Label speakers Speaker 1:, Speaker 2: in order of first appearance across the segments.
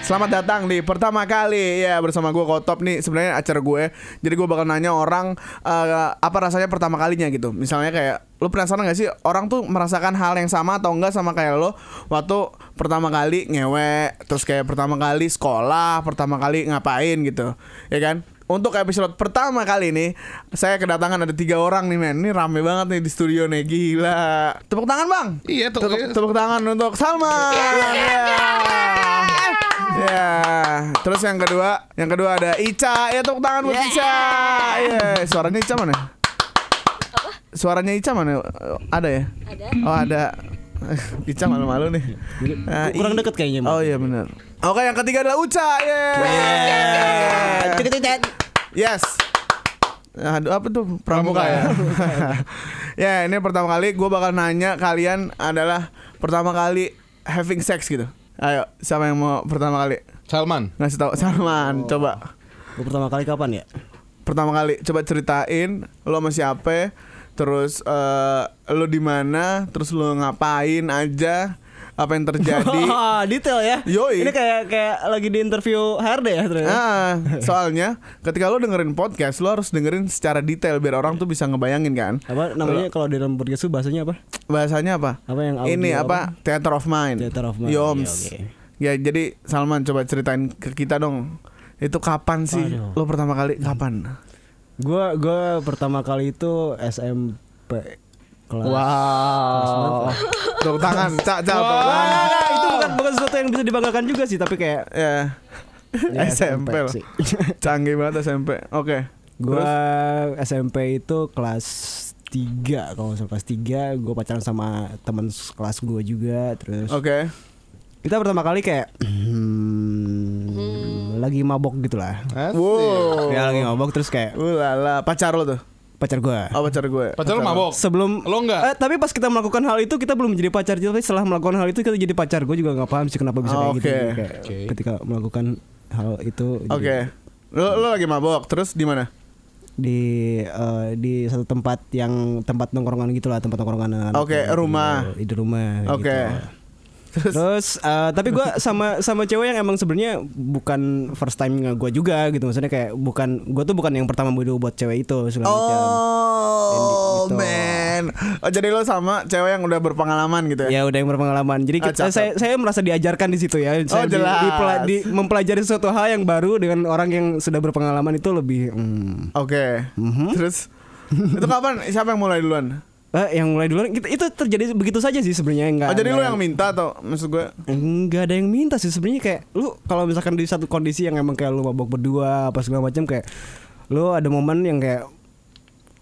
Speaker 1: Selamat datang di pertama kali ya bersama gue Kotop nih sebenarnya acara gue. Jadi gue bakal nanya orang eh, apa rasanya pertama kalinya gitu. Misalnya kayak lu penasaran gak sih orang tuh merasakan hal yang sama atau enggak sama kayak lo waktu pertama kali ngewe, terus kayak pertama kali sekolah, pertama kali ngapain gitu. Ya kan? Untuk episode pertama kali ini saya kedatangan ada tiga orang nih men. Ini rame banget nih di studio nih gila. Tepuk tangan bang.
Speaker 2: Iya, tepuk-
Speaker 1: tepuk, Iya, tepuk tangan untuk Salma. Ya. Ya, terus yang kedua, yang kedua ada Ica. Ya tepuk tangan buat Ica. Iya, suaranya Ica mana? Suaranya Ica mana? Ada ya? Ada. Oh, ada. Ica malu-malu nih. Nah,
Speaker 3: kurang
Speaker 1: I-
Speaker 3: deket kayaknya, Mbak.
Speaker 1: Oh iya benar. Oke, yang ketiga adalah Uca. Iya. Yeay. Yes. Aduh apa tuh pramuka ya? ya ini pertama kali gue bakal nanya kalian adalah pertama kali having sex gitu. Ayo siapa yang mau pertama kali
Speaker 2: iya. Salman.
Speaker 1: ngasih tahu Salman coba
Speaker 3: Gua pertama kali kapan ya?
Speaker 1: pertama kali coba ceritain lo sama siapa terus eh, lo di mana terus lo ngapain aja apa yang terjadi
Speaker 3: Wah, detail ya.
Speaker 1: Yoi.
Speaker 3: Ini kayak kayak lagi di interview HRD ya ternyata.
Speaker 1: Ah, soalnya ketika lo dengerin podcast lo harus dengerin secara detail biar orang tuh bisa ngebayangin kan
Speaker 3: Apa namanya kalau di dalam podcast itu bahasanya apa?
Speaker 1: bahasanya apa
Speaker 3: Apa yang audio
Speaker 1: ini apa, theater of mind
Speaker 3: Theater of mind,
Speaker 1: yoms
Speaker 3: iya, oke.
Speaker 1: ya jadi Salman coba ceritain ke kita dong itu kapan sih lo pertama kali kapan
Speaker 3: Gua gua pertama kali itu SMP kelas.
Speaker 1: Ah. Wow. Tepuk tangan, cak cak tepuk
Speaker 3: Nah,
Speaker 1: tangan.
Speaker 3: nah, nah, itu bukan bukan sesuatu yang bisa dibanggakan juga sih, tapi kayak
Speaker 1: Ya.
Speaker 3: Ya,
Speaker 1: SMP
Speaker 3: SMP
Speaker 1: loh.
Speaker 3: sih.
Speaker 1: Canggih banget SMP. Oke.
Speaker 3: gua SMP itu kelas 3 kalau nggak salah kelas 3 gua pacaran sama teman kelas gua juga terus
Speaker 1: Terus oke.
Speaker 3: kita pertama kali kayak hmm, lagi mabok gitu lah
Speaker 2: Asik. iya.
Speaker 1: Wow.
Speaker 3: ya lagi mabok terus kayak
Speaker 1: Ulala, pacar lo tuh.
Speaker 3: pacar gua
Speaker 1: Oh, pacar gue.
Speaker 2: Pacar lu mabok.
Speaker 3: sebelum
Speaker 2: Lo enggak?
Speaker 3: Eh, tapi pas kita melakukan hal itu kita belum jadi pacar tapi setelah melakukan hal itu kita jadi pacar gue juga nggak paham sih kenapa bisa kayak
Speaker 1: Oke.
Speaker 3: gitu Jadi kayak
Speaker 2: Oke.
Speaker 3: ketika melakukan hal itu jadi
Speaker 1: Oke. Lo, lo lagi mabok, terus di mana?
Speaker 3: di eh, di satu tempat yang tempat nongkrongan gitu lah tempat nongkrongan anak-anak
Speaker 1: Oke,
Speaker 3: gitu.
Speaker 1: rumah.
Speaker 3: di rumah
Speaker 1: Oke.
Speaker 3: gitu. Terus eh, tapi gua sama sama cewek yang emang sebenarnya bukan first time gue juga gitu maksudnya kayak bukan gue tuh bukan yang pertama bodoh buat cewek itu segala macam.
Speaker 1: Oh,
Speaker 3: Gitu.
Speaker 1: man. Oh, jadi lo sama cewek yang udah berpengalaman gitu ya?
Speaker 3: Ya udah yang berpengalaman. Jadi
Speaker 1: Ah,
Speaker 3: kita-
Speaker 1: cakep. Oh,
Speaker 3: saya saya merasa diajarkan di situ ya. Saya di-
Speaker 1: jelas.
Speaker 3: dipela- di- mempelajari sesuatu hal yang baru dengan orang yang sudah berpengalaman itu lebih hmm.
Speaker 1: Oke.
Speaker 3: Mhm.
Speaker 1: Terus itu kapan? Siapa yang mulai duluan?
Speaker 3: Eh, yang mulai duluan kita- itu terjadi begitu saja sih sebenarnya enggak.
Speaker 1: Oh, jadi lo
Speaker 3: enggak-
Speaker 1: yang minta atau maksud gue?
Speaker 3: Enggak ada yang minta sih sebenarnya kayak lu kalau misalkan di satu kondisi yang emang kayak lu mabok berdua apa segala macam kayak lu ada momen yang kayak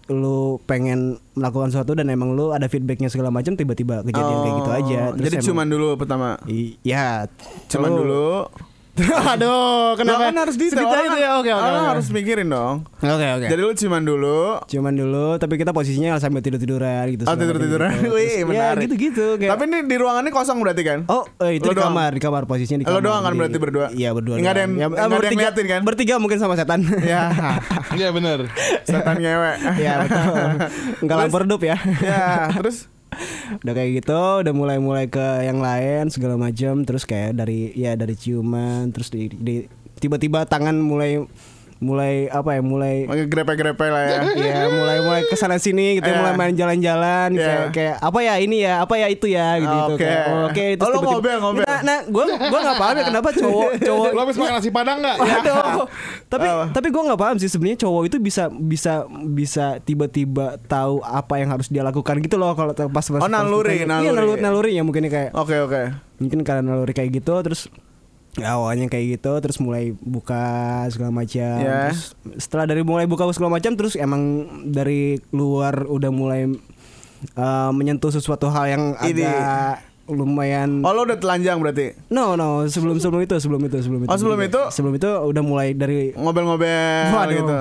Speaker 3: lu pengen melakukan sesuatu dan emang lu ada feedbacknya segala macam tiba-tiba kejadian kayak gitu aja
Speaker 1: Oh, Jadi
Speaker 3: emang-
Speaker 1: cuman dulu pertama.
Speaker 3: I- ya
Speaker 1: Cuman
Speaker 3: lu-
Speaker 1: dulu. Lo
Speaker 3: aduh kenapa
Speaker 1: kan harus detail.
Speaker 3: Sedetail
Speaker 1: Orang
Speaker 3: itu
Speaker 1: kan-
Speaker 3: ya oke oke
Speaker 1: orang
Speaker 3: oke.
Speaker 1: harus mikirin dong.
Speaker 3: oke oke
Speaker 1: Jadi lu cuman dulu.
Speaker 3: cuman dulu tapi kita posisinya sambil tidur tiduran gitu
Speaker 1: Oh,
Speaker 3: segala macam
Speaker 1: tidur-tiduran.
Speaker 3: gitu.
Speaker 1: Wih,
Speaker 3: Terus-
Speaker 1: menarik.
Speaker 3: ya gitu gitu kayak
Speaker 1: Tapi ini di ruangannya kosong berarti kan?
Speaker 3: Oh, eh, itu
Speaker 1: Lo
Speaker 3: di
Speaker 1: doang?
Speaker 3: kamar, di kamar posisinya di
Speaker 1: Lo
Speaker 3: kamar.
Speaker 1: doang kan
Speaker 3: Di-
Speaker 1: berarti berdua?
Speaker 3: Iya, berdua.
Speaker 1: Nggak ada yang-
Speaker 3: doang.
Speaker 1: nggak ada yang
Speaker 3: bertiga,
Speaker 1: ngeliatin kan?
Speaker 3: Bertiga mungkin sama setan.
Speaker 1: Ya.
Speaker 2: Iya bener
Speaker 1: Setan ngewe.
Speaker 3: Iya, betul. Enggak
Speaker 1: Terus-
Speaker 3: lapar dup ya.
Speaker 1: Ya, terus
Speaker 3: udah kayak gitu, udah mulai-mulai ke yang lain segala macam, terus kayak dari ya dari ciuman, terus di, di- tiba-tiba tangan mulai mulai apa ya, mulai
Speaker 1: grepe-grepe lah ya.
Speaker 3: ya mulai-mulai ke sana sini gitu,
Speaker 1: Iya.
Speaker 3: mulai main
Speaker 1: Iya.
Speaker 3: jalan-jalan kayak kayak apa ya ini ya, apa ya itu ya gitu
Speaker 1: Oke.
Speaker 3: kayak, oh, Oke, terus
Speaker 1: Oh, lo
Speaker 3: tiba-tiba-
Speaker 1: ngobel, ngobel.
Speaker 3: Nah, nah, gua gua enggak paham ya kenapa cowok cowok
Speaker 2: Lo habis makan nasi padang Iya. enggak?
Speaker 3: Aduh. tapi
Speaker 1: Apa?
Speaker 3: tapi gue nggak paham sih sebenarnya cowok itu bisa bisa bisa tiba-tiba tahu apa yang harus dia lakukan gitu loh kalau pas pas
Speaker 1: Oh, naluri, naluri.
Speaker 3: pas- iya naluri naluri ya mungkin kayak
Speaker 1: Oke, oke.
Speaker 3: mungkin karena naluri kayak gitu terus ya awalnya kayak gitu terus mulai buka segala macam
Speaker 1: Ya.
Speaker 3: Terus setelah dari mulai buka segala macam terus emang dari luar udah mulai eh, menyentuh sesuatu hal yang
Speaker 1: Ini.
Speaker 3: agak lumayan
Speaker 1: Oh, lo udah telanjang berarti.
Speaker 3: No no sebelum sebelum itu sebelum itu sebelum itu Iya.
Speaker 1: Oh, sebelum itu?
Speaker 3: sebelum itu udah mulai dari
Speaker 1: Ngobrol-ngobrol
Speaker 3: Waduh.
Speaker 1: gitu.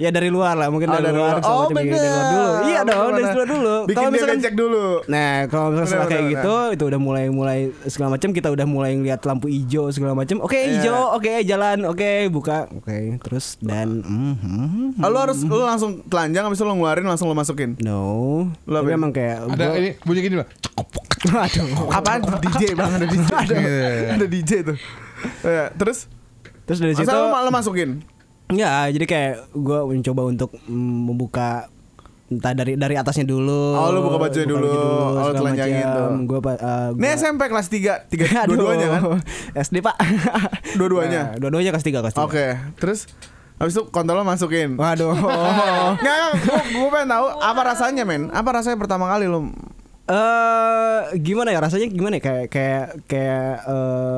Speaker 3: Ya dari luar lah mungkin
Speaker 1: Oh,
Speaker 3: dari,
Speaker 1: dari
Speaker 3: luar.
Speaker 1: luar.
Speaker 3: segala
Speaker 1: Oh,
Speaker 3: macam kayak gitu, dari luar dulu.
Speaker 1: bener.
Speaker 3: Iya dong dari
Speaker 1: Bener.
Speaker 3: luar dulu.
Speaker 1: Bikin dia ngecek dulu.
Speaker 3: Nah kalau misalnya setelah
Speaker 1: Bener,
Speaker 3: kayak
Speaker 1: bener,
Speaker 3: gitu itu udah mulai mulai segala macam kita udah mulai ngeliat lampu hijau segala macam. Oke
Speaker 1: Iya.
Speaker 3: hijau oke jalan oke buka oke terus dan mm, mm,
Speaker 1: Oh, lo harus lo langsung telanjang habis itu lo ngeluarin langsung lo masukin.
Speaker 3: no.
Speaker 1: Lo apa?
Speaker 3: Tapi emang kayak
Speaker 2: Ada
Speaker 3: gua-
Speaker 2: ini bunyi gini Bang.
Speaker 3: Aduh.
Speaker 1: Apaan DJ Bang ada DJ. Ada DJ tuh. Gitu. Iya, terus
Speaker 3: Terus dari situ
Speaker 1: masa lu malah masukin
Speaker 3: Ya, jadi kayak gue mencoba untuk mm, membuka entah dari dari atasnya dulu.
Speaker 1: Oh, lu buka bajunya dulu. Oh, lu
Speaker 3: segala
Speaker 1: telanjangin
Speaker 3: macam.
Speaker 1: tuh.
Speaker 3: Gua pa- eh,
Speaker 1: ini
Speaker 3: gua-
Speaker 1: SMP kelas 3 tiga
Speaker 3: Aduh,
Speaker 1: dua-duanya kan
Speaker 3: SD pak.
Speaker 1: Dua-duanya?
Speaker 3: Nah, dua-duanya kelas tiga kelas
Speaker 1: oke
Speaker 3: tiga.
Speaker 1: terus habis itu kontol lo masukin
Speaker 3: Waduh.
Speaker 1: Nggak, nggak, gue pengen tahu apa rasanya men Apa rasanya pertama kali lo
Speaker 3: Eh, gimana ya rasanya gimana ya kayak kayak kayak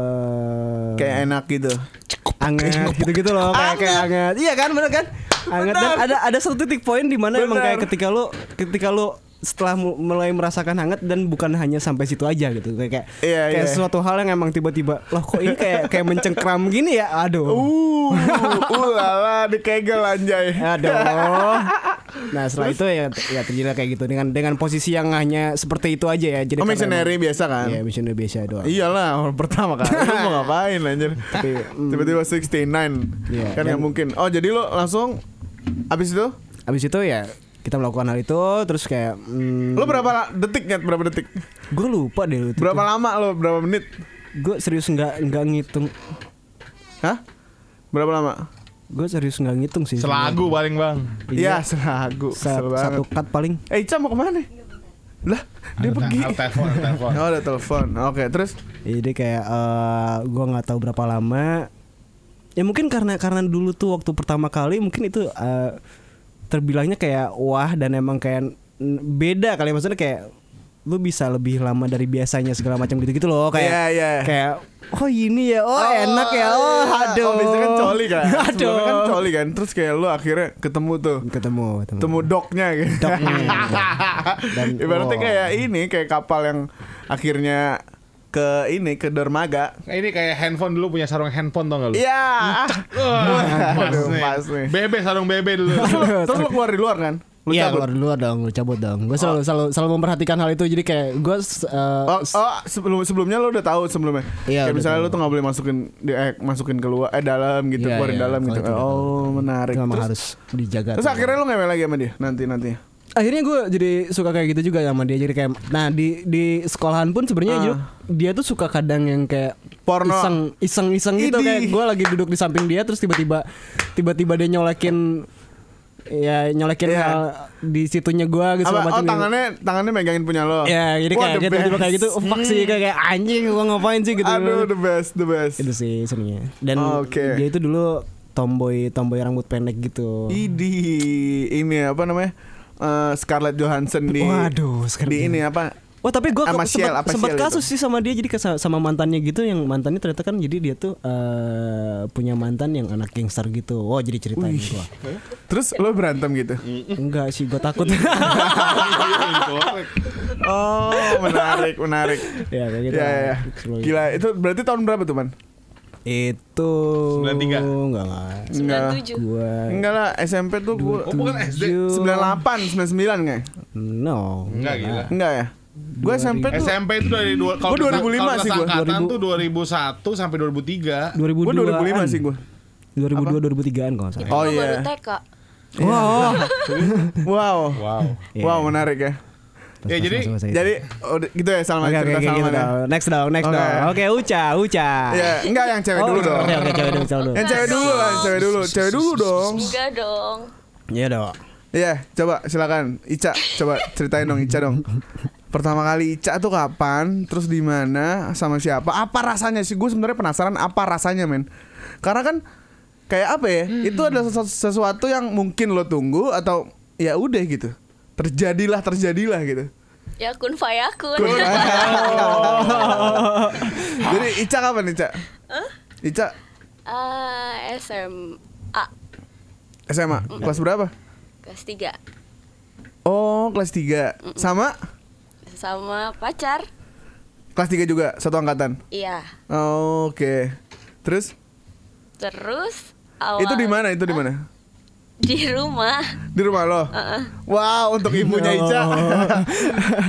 Speaker 3: eh
Speaker 1: kayak enak gitu
Speaker 3: anget gitu-gitu loh kayak kayak anget iya kan bener kan anget dan
Speaker 1: Bener.
Speaker 3: ada ada satu titik poin di mana emang
Speaker 1: Bener.
Speaker 3: kayak ketika lu ketika lu setelah mu- mulai merasakan hangat dan bukan hanya sampai situ aja gitu kayak kayak,
Speaker 1: Iya,
Speaker 3: kayak
Speaker 1: iya.
Speaker 3: suatu hal yang emang tiba-tiba loh kok ini kayak kayak mencengkram gini ya aduh
Speaker 1: Uh, uh lala dikegel anjay.
Speaker 3: aduh nah setelah itu ya ya terjadilah kayak gitu dengan dengan posisi yang hanya seperti itu aja ya jadi
Speaker 1: Oh,
Speaker 3: karena
Speaker 1: missionary
Speaker 3: emang-
Speaker 1: biasa kan?
Speaker 3: Iya, missionary biasa doang
Speaker 1: Iyalah orang pertama kali lu mau ngapain anjir. Tiba-tiba 69.
Speaker 3: mm. Iya,
Speaker 1: kan nggak
Speaker 3: dan-
Speaker 1: mungkin. Oh, jadi lo langsung habis itu
Speaker 3: abis itu ya kita melakukan hal itu terus kayak hmm,
Speaker 1: lo berapa la- detik nyet berapa detik?
Speaker 3: gue lupa deh waktu itu.
Speaker 1: Berapa lama lo berapa menit?
Speaker 3: gue serius nggak nggak ngitung
Speaker 1: Hah? Berapa lama?
Speaker 3: gue serius nggak ngitung sih
Speaker 2: Selagu paling bang.
Speaker 1: Iya,
Speaker 3: iya
Speaker 1: selagu.
Speaker 3: Sa-
Speaker 1: Kesel banget.
Speaker 3: satu cut paling
Speaker 1: Eh, Ica mau kemana? Lah, dia
Speaker 2: Ada
Speaker 1: pergi.
Speaker 2: te- ada Nah, telepon, ada telepon.
Speaker 1: Oh, ada telepon. Oke, terus
Speaker 3: jadi Iya, kayak eh, gua gue nggak tahu berapa lama ya mungkin karena karena dulu tuh waktu pertama kali mungkin itu eh, terbilangnya kayak wah dan emang kayak n- beda kali maksudnya kayak lu bisa lebih lama dari biasanya segala macam gitu gitu loh kayak
Speaker 1: Iya, iya.
Speaker 3: kayak oh ini ya oh, enak ya oh
Speaker 1: iya.
Speaker 3: aduh
Speaker 1: Oh, biasanya kan coli kan.
Speaker 3: aduh
Speaker 1: Sebelumnya kan coli kan. Terus kayak lu akhirnya ketemu tuh.
Speaker 3: ketemu ketemu,
Speaker 1: Temu doknya gitu.
Speaker 3: Doknya. Dan-
Speaker 1: Ibaratnya
Speaker 3: oh.
Speaker 1: kayak ini kayak kapal yang akhirnya ke ini ke dermaga.
Speaker 2: Nah, Ini kayak handphone dulu punya sarung handphone tau gak lu?
Speaker 1: Iya.
Speaker 2: Wah, pas
Speaker 1: Aduh,
Speaker 2: nih.
Speaker 1: pas nih.
Speaker 2: Bebe sarung bebe dulu.
Speaker 1: Terus lu keluar di luar kan? Lu
Speaker 3: Iya
Speaker 1: cabut.
Speaker 3: keluar dulu dong, lu cabut dong. Gue selalu, selalu selalu memperhatikan hal itu. Jadi kayak eh, gue
Speaker 1: Oh, oh, sebelum sebelumnya lu udah tahu sebelumnya. kayak
Speaker 3: Iya, udah
Speaker 1: misalnya
Speaker 3: tahu.
Speaker 1: lu tuh nggak boleh masukin di eh, masukin keluar eh dalam gitu,
Speaker 3: Iya,
Speaker 1: keluarin
Speaker 3: iya,
Speaker 1: dalam
Speaker 3: kalau
Speaker 1: gitu.
Speaker 3: itu udah tahu.
Speaker 1: Oh, menarik.
Speaker 3: memang
Speaker 1: Terus,
Speaker 3: harus dijaga.
Speaker 1: terus akhirnya lu ngewe lagi sama dia nanti nanti.
Speaker 3: akhirnya gue jadi suka kayak gitu juga sama dia. Jadi kayak nah di di sekolahan pun sebenarnya
Speaker 1: Ah.
Speaker 3: Juk, dia tuh suka kadang yang kayak
Speaker 1: Porno.
Speaker 3: iseng iseng iseng gitu
Speaker 1: Idih.
Speaker 3: kayak gue lagi duduk di samping dia terus tiba-tiba tiba-tiba dia nyolekin ya nyolekin
Speaker 1: Iya.
Speaker 3: hal di situnya gue gitu
Speaker 1: Apa,
Speaker 3: segala
Speaker 1: oh
Speaker 3: macam.
Speaker 1: tangannya tangannya megangin punya lo.
Speaker 3: Ya
Speaker 1: Wah, the
Speaker 3: jadi kayak kayak tiba-tiba kayak gitu.
Speaker 1: best.
Speaker 3: Fuck sih kayak, kayak anjing gue ngapain sih gitu.
Speaker 1: Aduh the best the best.
Speaker 3: itu sih sebenarnya dan
Speaker 1: Oke.
Speaker 3: dia itu dulu tomboy tomboy rambut pendek gitu
Speaker 1: Idi ini apa namanya Eh, Scarlett Johansson di
Speaker 3: Waduh, Scarlett
Speaker 1: di ini apa
Speaker 3: Wah tapi gue
Speaker 1: Sama
Speaker 3: sempat,
Speaker 1: Shell, apa
Speaker 3: sempat
Speaker 1: Shell
Speaker 3: kasus sih sama dia jadi ke- sama mantannya gitu yang mantannya ternyata kan jadi dia tuh eh, punya mantan yang anak gangster gitu. Oh jadi ceritain gua.
Speaker 1: terus lo berantem gitu
Speaker 3: Enggak sih gue takut. Ya,
Speaker 2: gitu,
Speaker 1: oh menarik menarik
Speaker 3: ya kayak gitu.
Speaker 1: ya, ya, ya. gila itu berarti tahun berapa tuh man
Speaker 3: Itu
Speaker 2: 93.
Speaker 3: enggak enggak.
Speaker 1: enggak
Speaker 4: 97.
Speaker 3: Gua
Speaker 1: enggak lah SMP tuh gue
Speaker 2: Oh bukan SD.
Speaker 3: Tujuh.
Speaker 1: 98 99 nggak
Speaker 3: Nah. no.
Speaker 2: Enggak gila.
Speaker 1: enggak ya gue SMP tuh
Speaker 2: SMP itu dari dua, kalau
Speaker 1: Gua
Speaker 2: kita-
Speaker 1: 2005
Speaker 2: kalau
Speaker 1: sih gua,
Speaker 2: kita angkatan
Speaker 3: 2000.
Speaker 2: tuh 2001 sampai 2003.
Speaker 3: 2002.
Speaker 1: gue 2005 sih gue
Speaker 3: 2002 2003-an kalau nggak salah.
Speaker 1: Oh,
Speaker 4: Gua
Speaker 1: iya.
Speaker 4: baru TK.
Speaker 3: Wow. Iya.
Speaker 1: wow
Speaker 2: Wow.
Speaker 1: wow menarik ya
Speaker 2: Ya, jadi-
Speaker 1: jadi udah- gitu ya Salman
Speaker 3: Oke, oke,
Speaker 1: cerita
Speaker 3: oke, gitu
Speaker 1: Salman ya
Speaker 3: dong. Next dong, next
Speaker 1: Oke.
Speaker 3: dong. Oke, Uca, Uca.
Speaker 1: Iya, enggak yang cewek
Speaker 3: Oh,
Speaker 1: dulu
Speaker 3: oke,
Speaker 1: dong
Speaker 3: Oke, cewek dulu, cewek dulu.
Speaker 1: yang cewek dulu lah yang cewek dulu cewek dulu dong
Speaker 4: Enggak dong.
Speaker 3: Iya dong.
Speaker 1: Iya, coba silakan Ica, coba ceritain dong Ica dong. Pertama kali Ica tuh kapan, terus di mana, sama siapa? Apa rasanya sih? Gue sebenarnya penasaran apa rasanya, men. Karena kan kayak apa ya? Itu adalah sesu- sesuatu yang mungkin lo tunggu atau ya udah gitu. Terjadilah, terjadilah gitu.
Speaker 4: Ya kun fayakun.
Speaker 1: Jadi Ica kapan Ica? Ica
Speaker 4: Ah, SMA
Speaker 1: SMA kelas berapa?
Speaker 4: kelas 3
Speaker 1: Oh, kelas 3. Sama
Speaker 4: sama pacar.
Speaker 1: kelas 3 juga, satu angkatan.
Speaker 4: Iya.
Speaker 1: Oh, Oke. Terus
Speaker 4: Terus awal
Speaker 1: Itu di mana? Itu di mana?
Speaker 4: Di rumah.
Speaker 1: Di rumah lo. Wow, untuk ibunya Ica.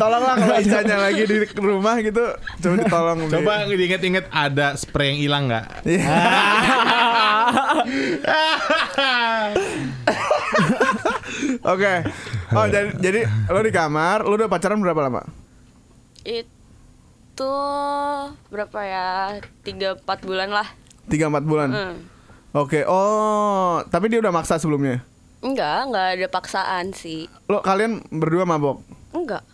Speaker 1: Tolonglah kalau Icanya lagi di rumah gitu, coba ditolong. Bi.
Speaker 2: Coba diinget-inget ada spray yang hilang nggak?
Speaker 1: Iya. Oke. Oh, jadi jadi lo di kamar, lo udah pacaran berapa lama?
Speaker 4: Itu berapa ya? 3 4 bulan lah.
Speaker 1: tiga empat bulan
Speaker 4: Hmm.
Speaker 1: oke oh tapi dia udah maksa sebelumnya
Speaker 4: Enggak, enggak ada paksaan sih.
Speaker 1: lo kalian berdua mabok
Speaker 4: Enggak.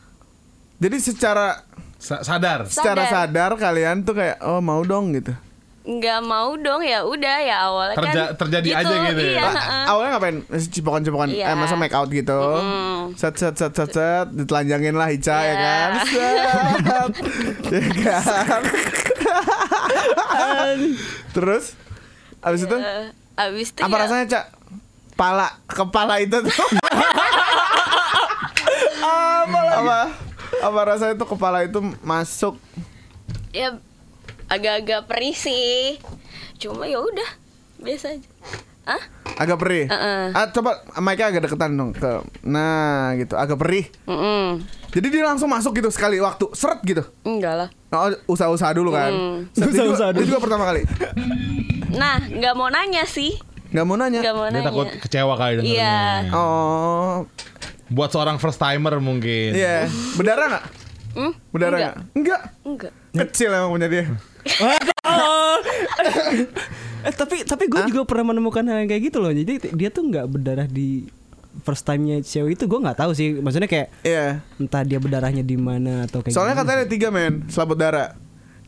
Speaker 1: jadi secara
Speaker 2: Sa- sadar.
Speaker 1: secara sadar
Speaker 4: Sadar.
Speaker 1: kalian tuh kayak oh mau dong gitu
Speaker 4: Enggak mau dong ya udah ya awalnya
Speaker 2: Terja-
Speaker 4: kan.
Speaker 2: terjadi aja gitu ya?
Speaker 4: Iya,
Speaker 2: Ah,
Speaker 4: heeh.
Speaker 1: awalnya ngapain cipokan-cipokan
Speaker 4: Iya.
Speaker 1: eh masa make out gitu
Speaker 4: Mm-mm.
Speaker 1: set set set set set ditelanjangin lah Ica ya
Speaker 4: Iya.
Speaker 1: kan set ya kan terus abis itu
Speaker 4: Eh, Abis itu
Speaker 1: apa
Speaker 4: ya,
Speaker 1: rasanya cak pala kepala itu tuh apa apa apa rasanya tuh kepala itu masuk
Speaker 4: ya agak-agak perih sih. Cuma ya udah biasa aja. Hah?
Speaker 1: agak perih
Speaker 4: Heeh.
Speaker 1: ah, coba mic agak deketan dong ke nah gitu agak perih
Speaker 4: Mm-mm.
Speaker 1: jadi dia langsung masuk gitu sekali waktu seret gitu
Speaker 4: Enggak lah.
Speaker 1: Oh, usaha-usaha dulu kan.
Speaker 4: Hmm.
Speaker 1: Set, dia juga-
Speaker 3: Usaha-usaha
Speaker 1: dia
Speaker 3: dulu.
Speaker 1: juga pertama kali.
Speaker 4: Nah, nggak mau nanya sih.
Speaker 1: Gak mau nanya.
Speaker 4: Nggak mau
Speaker 2: Iya. Dia
Speaker 4: nanya.
Speaker 2: takut kecewa kali dengernya.
Speaker 4: Iya.
Speaker 1: Oh,
Speaker 2: Buat seorang first timer mungkin.
Speaker 1: iya. Berdarah nggak?
Speaker 4: Hmm?
Speaker 1: Berdarah
Speaker 4: Enggak.
Speaker 1: nggak? Enggak.
Speaker 4: Enggak.
Speaker 1: Kecil emang punya dia.
Speaker 3: eh tapi tapi gue juga pernah menemukan hal yang kayak gitu loh. Jadi t- dia tuh nggak berdarah di first time-nya cewek itu gue nggak tahu sih. Maksudnya kayak
Speaker 1: Iya.
Speaker 3: entah dia berdarahnya di mana atau kayak
Speaker 1: Soalnya
Speaker 3: gimana.
Speaker 1: katanya ada tiga men selaput darah.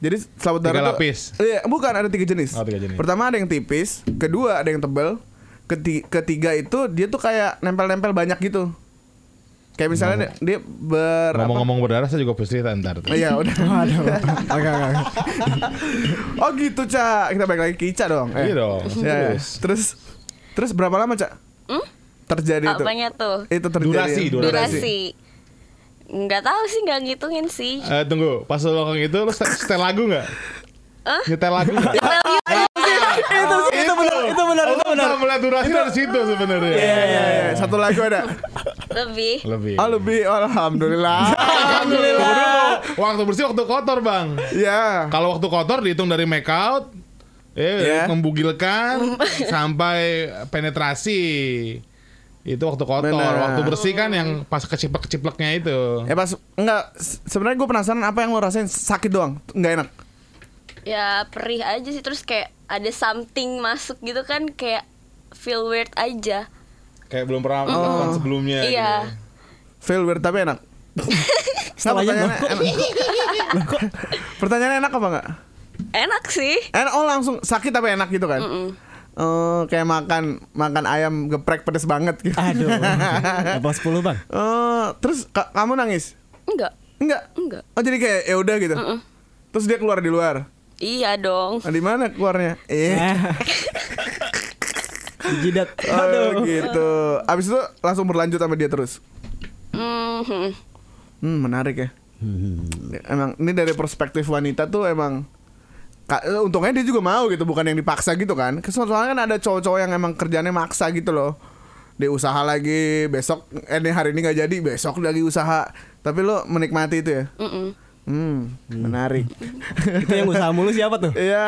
Speaker 1: Jadi selaput
Speaker 2: Tiga
Speaker 1: darah tuh-
Speaker 2: lapis.
Speaker 1: Iya, bukan ada tiga jenis.
Speaker 2: Oh, tiga jenis.
Speaker 1: Pertama ada yang tipis, kedua ada yang tebel, keti- ketiga itu dia tuh kayak nempel-nempel banyak gitu. Kayak misalnya dia- dia ber apa?
Speaker 2: Ngomong-ngomong berdarah saya juga pasti ntar.
Speaker 1: Oh, Iya udah.
Speaker 3: Waduh. Agak agak.
Speaker 1: Oh gitu Cak Kita balik lagi ke Ica dong
Speaker 2: Iya dong,
Speaker 1: Ya, ya.
Speaker 2: serius.
Speaker 1: Terus Terus berapa lama Cak?
Speaker 4: Hmm?
Speaker 1: Terjadi itu
Speaker 4: Apanya tuh?
Speaker 2: Iya,
Speaker 1: Itu terjadi Iya,
Speaker 2: Durasi, durasi.
Speaker 4: Durasi. Nggak tahu sih, nggak ngitungin sih.
Speaker 2: Eh tunggu, pas lo ngomong itu lo setel, setel lagu nggak?
Speaker 4: Hah?
Speaker 2: Nyetel lagu nggak?
Speaker 3: itu sih itu benar itu benar
Speaker 2: Lo
Speaker 3: itu benar.
Speaker 2: bisa melihat durasi dari situ sebenarnya.
Speaker 1: Iya iya iya Satu lagu ada
Speaker 4: Lebih.
Speaker 2: Lebih.
Speaker 1: Oh lebih oh, Alhamdulillah
Speaker 2: Alhamdulillah. Waktu bersih, waktu kotor bang.
Speaker 1: Ya
Speaker 2: Kalau waktu kotor dihitung dari make out,
Speaker 1: Iya.
Speaker 2: eh, membugilkan sampai penetrasi. Itu waktu kotor.
Speaker 1: Benar.
Speaker 2: Waktu bersih kan yang pas keciplek-kecipleknya itu.
Speaker 1: Ya pas Enggak se- sebenarnya gue penasaran apa yang lo rasain Sakit doang Enggak enak
Speaker 4: Ya perih aja sih terus kayak ada something masuk gitu kan kayak feel weird aja.
Speaker 2: Kayak belum pernah melakukan sebelumnya.
Speaker 4: Iya.
Speaker 2: gitu.
Speaker 1: Feel weird tapi enak Nggak,
Speaker 3: Setelahnya
Speaker 1: pertanyaannya enak. Pertanyaannya enak apa enggak?
Speaker 4: Enak sih.
Speaker 1: Enak, oh langsung sakit tapi enak gitu kan? Eh, kayak makan makan ayam geprek pedes banget gitu.
Speaker 3: Aduh. Apa 10, Bang?
Speaker 1: Eh, terus ka- kamu nangis?
Speaker 4: Enggak.
Speaker 1: Enggak.
Speaker 4: Enggak.
Speaker 1: Oh jadi kayak ya udah gitu. Terus dia keluar di luar.
Speaker 4: Iya dong.
Speaker 1: Nah, di mana keluarnya? Eh.
Speaker 3: Jidat.
Speaker 1: Oh,
Speaker 3: Aduh.
Speaker 1: gitu. Abis itu langsung berlanjut sama dia terus.
Speaker 4: Mhm.
Speaker 1: Hmm, menarik ya.
Speaker 2: Hmm.
Speaker 1: Emang ini dari perspektif wanita tuh emang ka- eh, untungnya dia juga mau gitu, bukan yang dipaksa gitu kan. Ke- Soalnya kan ada cowok-cowok yang emang kerjanya maksa gitu loh. Dia usaha lagi besok eh ini hari ini nggak jadi, besok lagi usaha. Tapi lo menikmati itu ya.
Speaker 4: Mm-mm.
Speaker 1: Hmm, menarik.
Speaker 3: Itu yang usaha mulu siapa tuh?
Speaker 1: Iya.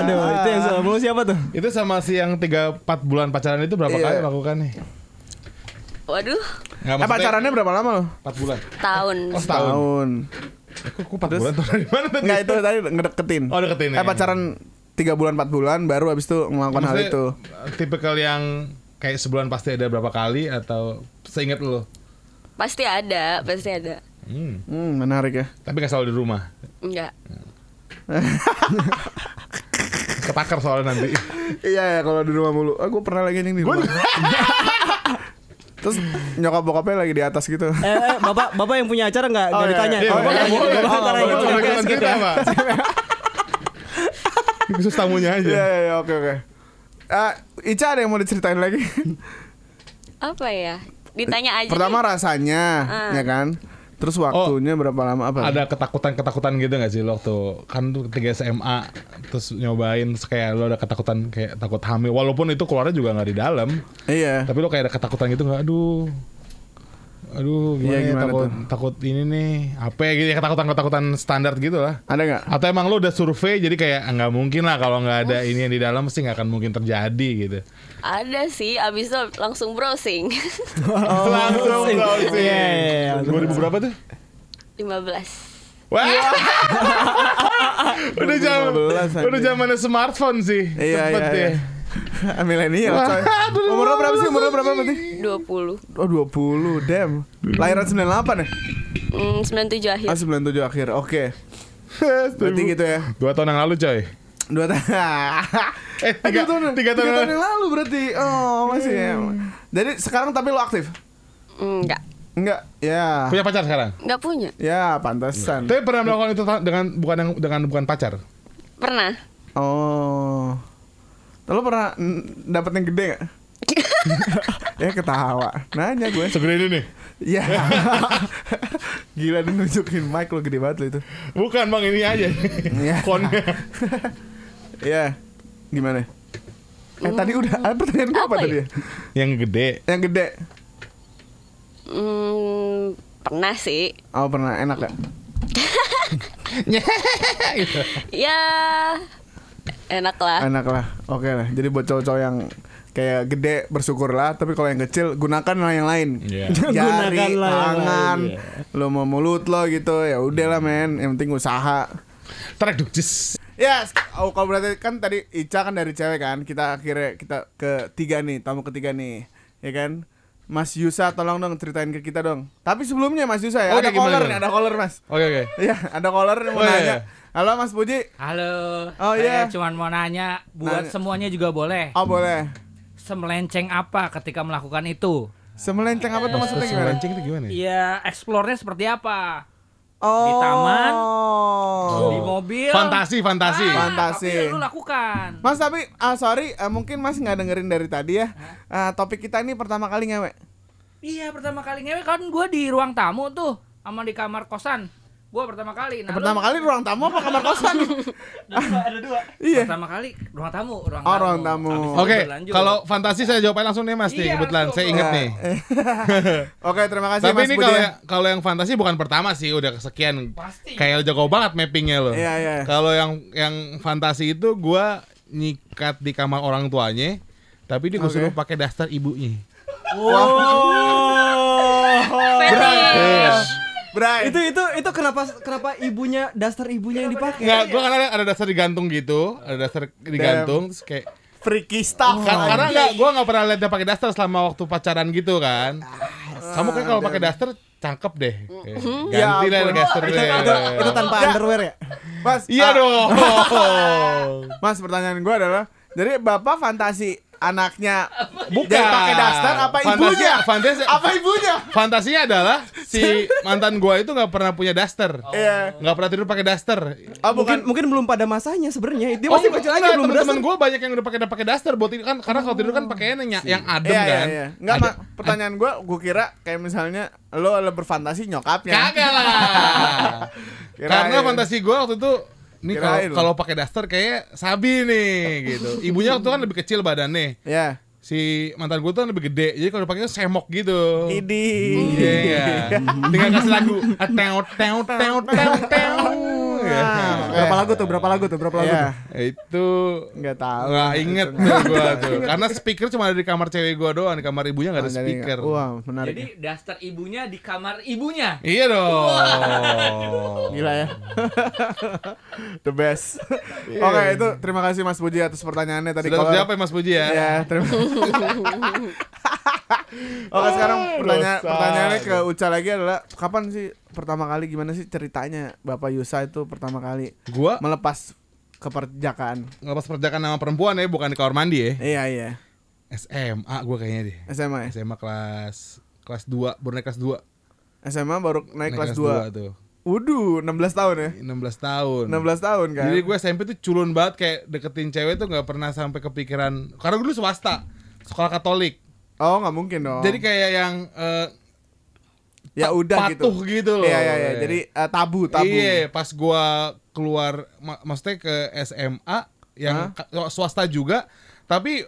Speaker 3: Aduh, itu yang usaha mulu siapa tuh?
Speaker 2: gitu. Itu sama si yang 3 4 bulan pacaran itu berapa
Speaker 1: Iya.
Speaker 2: kali melakukannya?
Speaker 4: Waduh,
Speaker 2: Enggak
Speaker 1: Eh pacarannya berapa lama lo?
Speaker 2: 4 bulan.
Speaker 4: tahun.
Speaker 2: Oh, setahun. Eh, Kok, kok 4 bulan tuh dari mana tadi?
Speaker 1: Enggak itu tadi ngedeketin.
Speaker 2: Oh, deketin,
Speaker 1: Eh
Speaker 2: ya.
Speaker 1: pacaran 3 bulan 4 bulan baru abis itu melakukan hal
Speaker 2: Maksudnya, eh,
Speaker 1: itu.
Speaker 2: Tipikal yang kayak sebulan pasti ada berapa kali atau seingat lo?
Speaker 4: Pasti ada, pasti ada.
Speaker 2: Hmm.
Speaker 1: Hmm, menarik ya.
Speaker 2: Tapi nggak selalu di rumah.
Speaker 4: Enggak.
Speaker 2: Ketakar soalnya nanti.
Speaker 1: Iya ya kalau di rumah mulu. Aku pernah lagi anjing di rumah. Terus nyokap bokapnya lagi di atas gitu.
Speaker 3: Eh, eh, bapak, bapak yang punya acara nggak nggak
Speaker 1: Oh, iya.
Speaker 3: ditanya.
Speaker 1: Iya,
Speaker 3: Oh,
Speaker 1: Bapak
Speaker 2: nggak
Speaker 1: nggak
Speaker 2: boleh.
Speaker 1: boleh.
Speaker 2: Nggak
Speaker 1: Bapak
Speaker 2: boleh.
Speaker 1: nggak
Speaker 2: Nggak
Speaker 3: Iya,
Speaker 2: boleh
Speaker 1: boleh.
Speaker 2: kita, Pak. Khusus tamunya aja.
Speaker 1: Iya iya iya, oke oke. Ah, Ica ada yang mau diceritain lagi?
Speaker 4: Apa ya? Ditanya aja.
Speaker 1: Pertama
Speaker 4: nih.
Speaker 1: rasanya, ya kan? Terus waktunya berapa lama apa?
Speaker 2: Ada ketakutan-ketakutan gitu gak sih lo waktu kan tuh ketiga SMA terus nyobain terus kayak lo ada ketakutan kayak takut hamil walaupun itu keluarnya juga nggak di dalam
Speaker 1: Iya.
Speaker 2: tapi lo kayak ada ketakutan gitu nggak aduh aduh gimana,
Speaker 1: Iya,
Speaker 2: ya,
Speaker 1: gimana
Speaker 2: takut
Speaker 1: tuh?
Speaker 2: takut ini nih apa ya, gitu ya ketakutan ketakutan standar gitu lah
Speaker 1: Ada nggak?
Speaker 2: atau emang lo udah survei jadi kayak "Ah, nggak mungkin lah kalau nggak ada ini yang di dalam sih nggak akan mungkin terjadi gitu
Speaker 4: Ada sih, abis itu langsung browsing.
Speaker 2: langsung
Speaker 3: browsing.
Speaker 2: browsing
Speaker 3: Iya, iya, iya, langsung
Speaker 2: 2000 berapa tuh
Speaker 4: 15.
Speaker 2: Wah.
Speaker 1: Iya.
Speaker 2: udah zaman
Speaker 1: 2015 anjing.
Speaker 2: udah zamannya smartphone sih.
Speaker 1: Iya iya.
Speaker 2: Cepet
Speaker 1: iya.
Speaker 2: ya.
Speaker 1: Milenial coy. Umur lo berapa sih? Umur lo berapa berarti?
Speaker 4: 20
Speaker 1: Oh 20, damn. Lahiran 98 ya?
Speaker 4: mm, 97 akhir
Speaker 1: Ah 97 akhir. Oke. Berarti gitu ya.
Speaker 2: Dua tahun yang lalu coy.
Speaker 1: Dua tahun.
Speaker 2: Eh, tiga- tiga tahun yang Hmm.
Speaker 1: yang lalu berarti. Oh, masih ya. Jadi sekarang tapi lo aktif?
Speaker 4: Enggak
Speaker 1: Enggak. Ya.
Speaker 2: Punya pacar sekarang?
Speaker 4: Enggak punya
Speaker 1: Ya, pantesan.
Speaker 2: Tapi pernah melakukan itu ta- dengan bukan yang dengan bukan pacar.
Speaker 4: Pernah
Speaker 1: Oh. Lo pernah mm, dapet yang gede gak? ya ketawa. Nanya gue.
Speaker 2: Segede ini nih.
Speaker 1: Ya. Gila dia nunjukin mic lo gede banget lo itu.
Speaker 2: Bukan bang ini aja.
Speaker 1: Iya.
Speaker 2: Konnya.
Speaker 1: Ya. Gimana? Eh tadi udah
Speaker 2: Hmm.
Speaker 1: ada pertanyaan gue apa,
Speaker 4: Apa ya?
Speaker 1: tadi ya?
Speaker 2: yang gede.
Speaker 1: Yang gede.
Speaker 4: mm, Pernah sih
Speaker 1: Oh pernah enak gak?
Speaker 4: Ya Enak lah
Speaker 1: Enak lah. Oke lah. Jadi buat cowok-cowok yang kayak gede bersyukurlah tapi kalau yang kecil gunakanlah yang lain
Speaker 2: Iya.
Speaker 1: jari
Speaker 3: Gunakanlah yang
Speaker 1: tangan
Speaker 2: lain.
Speaker 1: lo mau mulut lo gitu ya
Speaker 2: Iya.
Speaker 1: udahlah men yang penting usaha
Speaker 2: Tarik dukjes.
Speaker 1: Yes, oh, kalau berarti kan tadi Ica kan dari cewek kan, kita akhirnya kita ketiga nih, tamu ketiga nih, ya kan? Mas Yusa tolong dong ceritain ke kita dong. Tapi sebelumnya Mas Yusa ya,
Speaker 2: Oke,
Speaker 1: ada
Speaker 2: Oh, gimana,
Speaker 1: caller
Speaker 2: gimana?
Speaker 1: nih, ada caller Mas.
Speaker 2: Oke oke.
Speaker 1: Iya, ada caller yang mau
Speaker 2: Oh, iya,
Speaker 1: nanya.
Speaker 2: iya.
Speaker 1: Halo Mas Puji.
Speaker 5: Halo,
Speaker 1: Oh,
Speaker 5: saya
Speaker 1: iya.
Speaker 5: cuman mau nanya buat
Speaker 1: Nanya.
Speaker 5: semuanya juga boleh.
Speaker 1: Oh, boleh.
Speaker 5: Semelenceng apa ketika melakukan itu?
Speaker 1: Iya. Semelenceng apa tuh maksudnya gimana?
Speaker 2: Selancing itu gimana? ya?
Speaker 5: Iya, eksplornya seperti apa?
Speaker 1: Oh.
Speaker 5: taman.
Speaker 1: Oh.
Speaker 5: Di mobil.
Speaker 2: Fantasi fantasi.
Speaker 5: Ah,
Speaker 1: Fantasi.
Speaker 5: Tapi lu lakukan.
Speaker 1: Mas tapi ah, sorry, ah, mungkin Mas nggak dengerin dari tadi ya. Ah, topik kita ini pertama Eh, kali ngewe.
Speaker 5: Iya, pertama kali ngewe kan gue di ruang tamu tuh sama di kamar kosan. Gue pertama kali. Nah,
Speaker 1: Pertama
Speaker 5: lu-
Speaker 1: kali ruang tamu apa kamar kosan? Iya.
Speaker 5: Pertama kali ruang tamu, ruang
Speaker 1: Oh,
Speaker 5: tamu.
Speaker 1: ruang tamu.
Speaker 5: Habis itu
Speaker 2: Oke,
Speaker 5: berlanjut.
Speaker 2: kalau fantasi saya jawab aja langsung nih Mas nih
Speaker 5: Iya,
Speaker 2: kebetulan
Speaker 5: langsung,
Speaker 2: saya inget
Speaker 1: Nah,
Speaker 2: nih.
Speaker 1: eh, Oke, terima kasih
Speaker 2: Tapi
Speaker 1: Mas
Speaker 2: ini
Speaker 1: Budi
Speaker 2: kalau
Speaker 1: ya.
Speaker 2: yang- kalau yang fantasi bukan pertama sih, udah kesekian.
Speaker 5: Pasti.
Speaker 2: Kayak jago banget mappingnya lo.
Speaker 1: Iya, iya.
Speaker 2: Kalau yang yang fantasi itu gua nyikat di kamar orang tuanya, tapi dia gua
Speaker 1: Oke.
Speaker 2: suruh pakai daster ibunya.
Speaker 4: Fetish
Speaker 1: Bray.
Speaker 3: itu itu itu kenapa kenapa ibunya daster ibunya yang dipakai?
Speaker 2: Nggak, gua kan ada, ada daster digantung gitu, ada daster digantung, terus kayak
Speaker 1: freaky stuff.
Speaker 2: Ka- kan? karena nggak, gue nggak pernah lihat dia pakai daster selama waktu pacaran gitu kan.
Speaker 1: Ah,
Speaker 2: Kamu kan kalau pakai daster cakep deh. Eh, Ganti
Speaker 1: Ya
Speaker 2: deh
Speaker 1: ampun.
Speaker 2: daster deh.
Speaker 3: Itu tanpa underwear ya?
Speaker 1: Mas, ah,
Speaker 2: Iya dong.
Speaker 1: Mas, pertanyaan gue adalah, jadi bapak fantasi anaknya
Speaker 2: Bukan.
Speaker 1: dia pakai daster apa ibunya?
Speaker 2: Fantasi,
Speaker 1: Apa ibunya?
Speaker 2: fantasinya adalah si mantan gua itu nggak pernah punya daster.
Speaker 1: Iya.
Speaker 2: Nggak pernah tidur pakai daster. Oh,
Speaker 1: Oh,
Speaker 3: mungkin
Speaker 1: bukan. Oh,
Speaker 3: mungkin belum pada masanya sebenarnya. Dia masih kecil aja belum
Speaker 2: teman-teman
Speaker 3: daster.
Speaker 2: gue banyak yang udah pakai udah pakai daster buat tidur kan karena kalau tidur kan pakainya yang, yang
Speaker 1: Oh.
Speaker 2: adem
Speaker 1: Iya, iya,
Speaker 2: kan.
Speaker 1: iya. Enggak,
Speaker 2: Ada-
Speaker 1: Mak. Pertanyaan gue, gue kira kayak misalnya lo lo berfantasi nyokapnya.
Speaker 2: Kagak lah.
Speaker 1: Kirain.
Speaker 2: Karena fantasi gue waktu itu ini kalau
Speaker 1: Kirain.
Speaker 2: kalau pakai daster kayak sabi nih gitu. Ibunya waktu itu kan lebih kecil badannya.
Speaker 1: Ya.
Speaker 2: Si mantan gue tuh kan lebih gede. Jadi kalau pakainya semok gitu.
Speaker 1: Idi.
Speaker 2: Iya. iya. Tinggal kasih lagu teo teo teo teo teo. Ya.
Speaker 3: Berapa lagu tuh? Berapa lagu tuh? Berapa lagu
Speaker 1: Ah, Iya.
Speaker 3: tuh?
Speaker 2: Itu
Speaker 1: Nggak tahu.
Speaker 2: Nggak inget tuh gue tuh. Karena speaker cuma ada di kamar cewek gue doang, di kamar ibunya nggak ada
Speaker 1: Jadi,
Speaker 2: speaker.
Speaker 1: Wah, menarik.
Speaker 5: Jadi daster ibunya di kamar ibunya.
Speaker 2: Iya dong.
Speaker 1: Gila ya. The best. Oke, itu terima kasih Mas Puji atas pertanyaannya tadi.
Speaker 2: Sudah
Speaker 1: Kalau-
Speaker 2: terjawab ya Mas Puji ya.
Speaker 1: Ya, terima Oke, sekarang pertanyaan
Speaker 2: dosa.
Speaker 1: pertanyaannya ke Uca lagi adalah kapan sih pertama kali gimana sih ceritanya Bapak Yusa itu pertama kali
Speaker 2: Gua
Speaker 1: melepas keperjakaan?
Speaker 2: ngelepas perjakan sama perempuan ya bukan di kamar mandi ya
Speaker 1: Iya, iya.
Speaker 2: SMA gue kayaknya deh
Speaker 1: SMA ya?
Speaker 2: SMA kelas kelas 2 baru naik kelas 2
Speaker 1: SMA baru naik, kelas 2.
Speaker 2: tuh
Speaker 1: Waduh, 16 tahun ya?
Speaker 2: 16 tahun
Speaker 1: 16 tahun kan?
Speaker 2: jadi gue SMP tuh culun banget kayak deketin cewek tuh nggak pernah sampai kepikiran karena gue dulu swasta sekolah Katolik
Speaker 1: Oh, nggak mungkin dong.
Speaker 2: jadi kayak yang eh,
Speaker 1: ya
Speaker 2: pa-
Speaker 1: udah gitu.
Speaker 2: patuh gitu loh.
Speaker 1: Iya, iya, iya. Jadi eh, tabu, tabu.
Speaker 2: Iya, pas gua keluar ma- maksudnya ke SMA yang ka- oh, swasta juga, tapi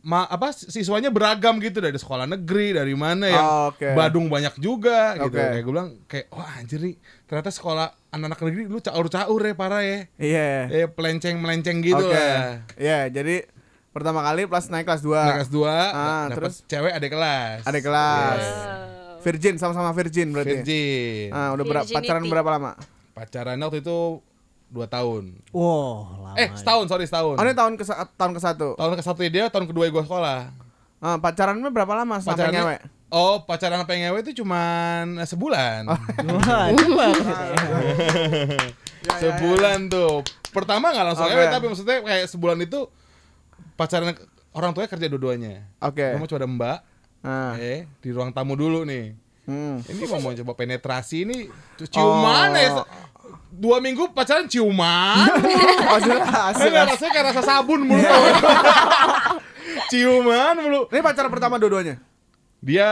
Speaker 2: ma apa siswanya beragam gitu dari sekolah negeri dari mana yang
Speaker 1: Oh, oke.
Speaker 2: Badung banyak juga gitu.
Speaker 1: Oke.
Speaker 2: Kayak gue bilang kayak wah anjir nih, ternyata sekolah anak-anak negeri lu caur-caur ya parah ya.
Speaker 1: Iya.
Speaker 2: Eh pelenceng-melenceng gitu
Speaker 1: Oke.
Speaker 2: lah.
Speaker 1: Iya, jadi pertama kali pas naik kelas 2.
Speaker 2: Nah, kelas 2
Speaker 1: Ah,
Speaker 2: terus
Speaker 1: terus?
Speaker 2: cewek ada kelas.
Speaker 1: Ada kelas.
Speaker 2: Yes.
Speaker 1: Virgin sama-sama virgin berarti.
Speaker 2: Virgin.
Speaker 1: Ah, udah berapa
Speaker 4: Virginity.
Speaker 1: pacaran berapa lama?
Speaker 2: Pacaran waktu itu dua tahun.
Speaker 3: Wow, lama.
Speaker 2: Eh, setahun, sorry setahun.
Speaker 1: Oh, ini tahun ke sa- tahun ke satu.
Speaker 2: Tahun ke satu dia, tahun kedua gue sekolah.
Speaker 1: Ah, pacarannya berapa lama sampai
Speaker 2: Pacarannya-
Speaker 1: ngewe?
Speaker 2: Oh, pacaran sampai ngewe itu cuman sebulan.
Speaker 1: Oh. Ya,
Speaker 3: Wah,
Speaker 2: sebulan tuh. Pertama nggak langsung
Speaker 1: Oke.
Speaker 2: ngewe, tapi maksudnya kayak sebulan itu pacaran orang tuanya kerja dua-duanya.
Speaker 1: Oke.
Speaker 2: Gua mau coba ada mbak,
Speaker 1: Ah.
Speaker 2: eh di ruang tamu dulu nih.
Speaker 1: Hmm.
Speaker 2: Ini mau mau coba penetrasi ini tu-
Speaker 1: Oh.
Speaker 2: ciuman ya. se- Dua minggu pacaran ciuman.
Speaker 1: Oh, jelas.
Speaker 2: Ini
Speaker 1: jelas.
Speaker 2: rasanya kayak rasa sabun mulu.
Speaker 1: Iya.
Speaker 2: ciuman mulu.
Speaker 1: Ini pacaran pertama dua-duanya.
Speaker 2: Dia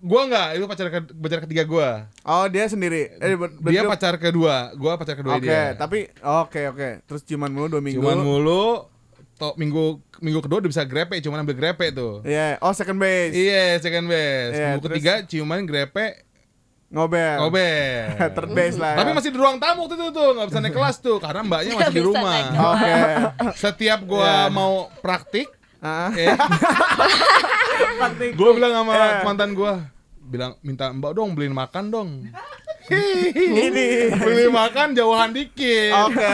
Speaker 2: gua nggak itu pacar ke, pacar ketiga gua.
Speaker 1: Oh, dia sendiri. Eh, ber-
Speaker 2: dia
Speaker 1: berarti-
Speaker 2: pacar kedua, gua pacar kedua
Speaker 1: Oke,
Speaker 2: dia.
Speaker 1: tapi oke oke. Terus ciuman mulu dua minggu.
Speaker 2: Cuman mulu to, minggu minggu kedua udah bisa grepe, cuman ambil grepe tuh.
Speaker 1: Iya, oh second base.
Speaker 2: Iya, second best.
Speaker 1: Iya,
Speaker 2: minggu
Speaker 1: terus-
Speaker 2: ketiga ciuman grepe,
Speaker 1: Ngobel.
Speaker 2: ngobel.
Speaker 1: Third base lah. ya.
Speaker 2: Tapi masih di ruang tamu waktu itu tuh, nggak bisa naik kelas tuh karena mbaknya
Speaker 4: Nggak
Speaker 2: masih di
Speaker 4: bisa
Speaker 2: rumah.
Speaker 4: naik
Speaker 1: Oke.
Speaker 2: Setiap gua
Speaker 1: Iya.
Speaker 2: mau praktik,
Speaker 1: Ah.
Speaker 2: eh, gua bilang sama
Speaker 1: Iya.
Speaker 2: mantan gua bilang minta mbak dong beliin makan dong
Speaker 1: Ini.
Speaker 2: beli makan jauhan dikit
Speaker 1: Oke.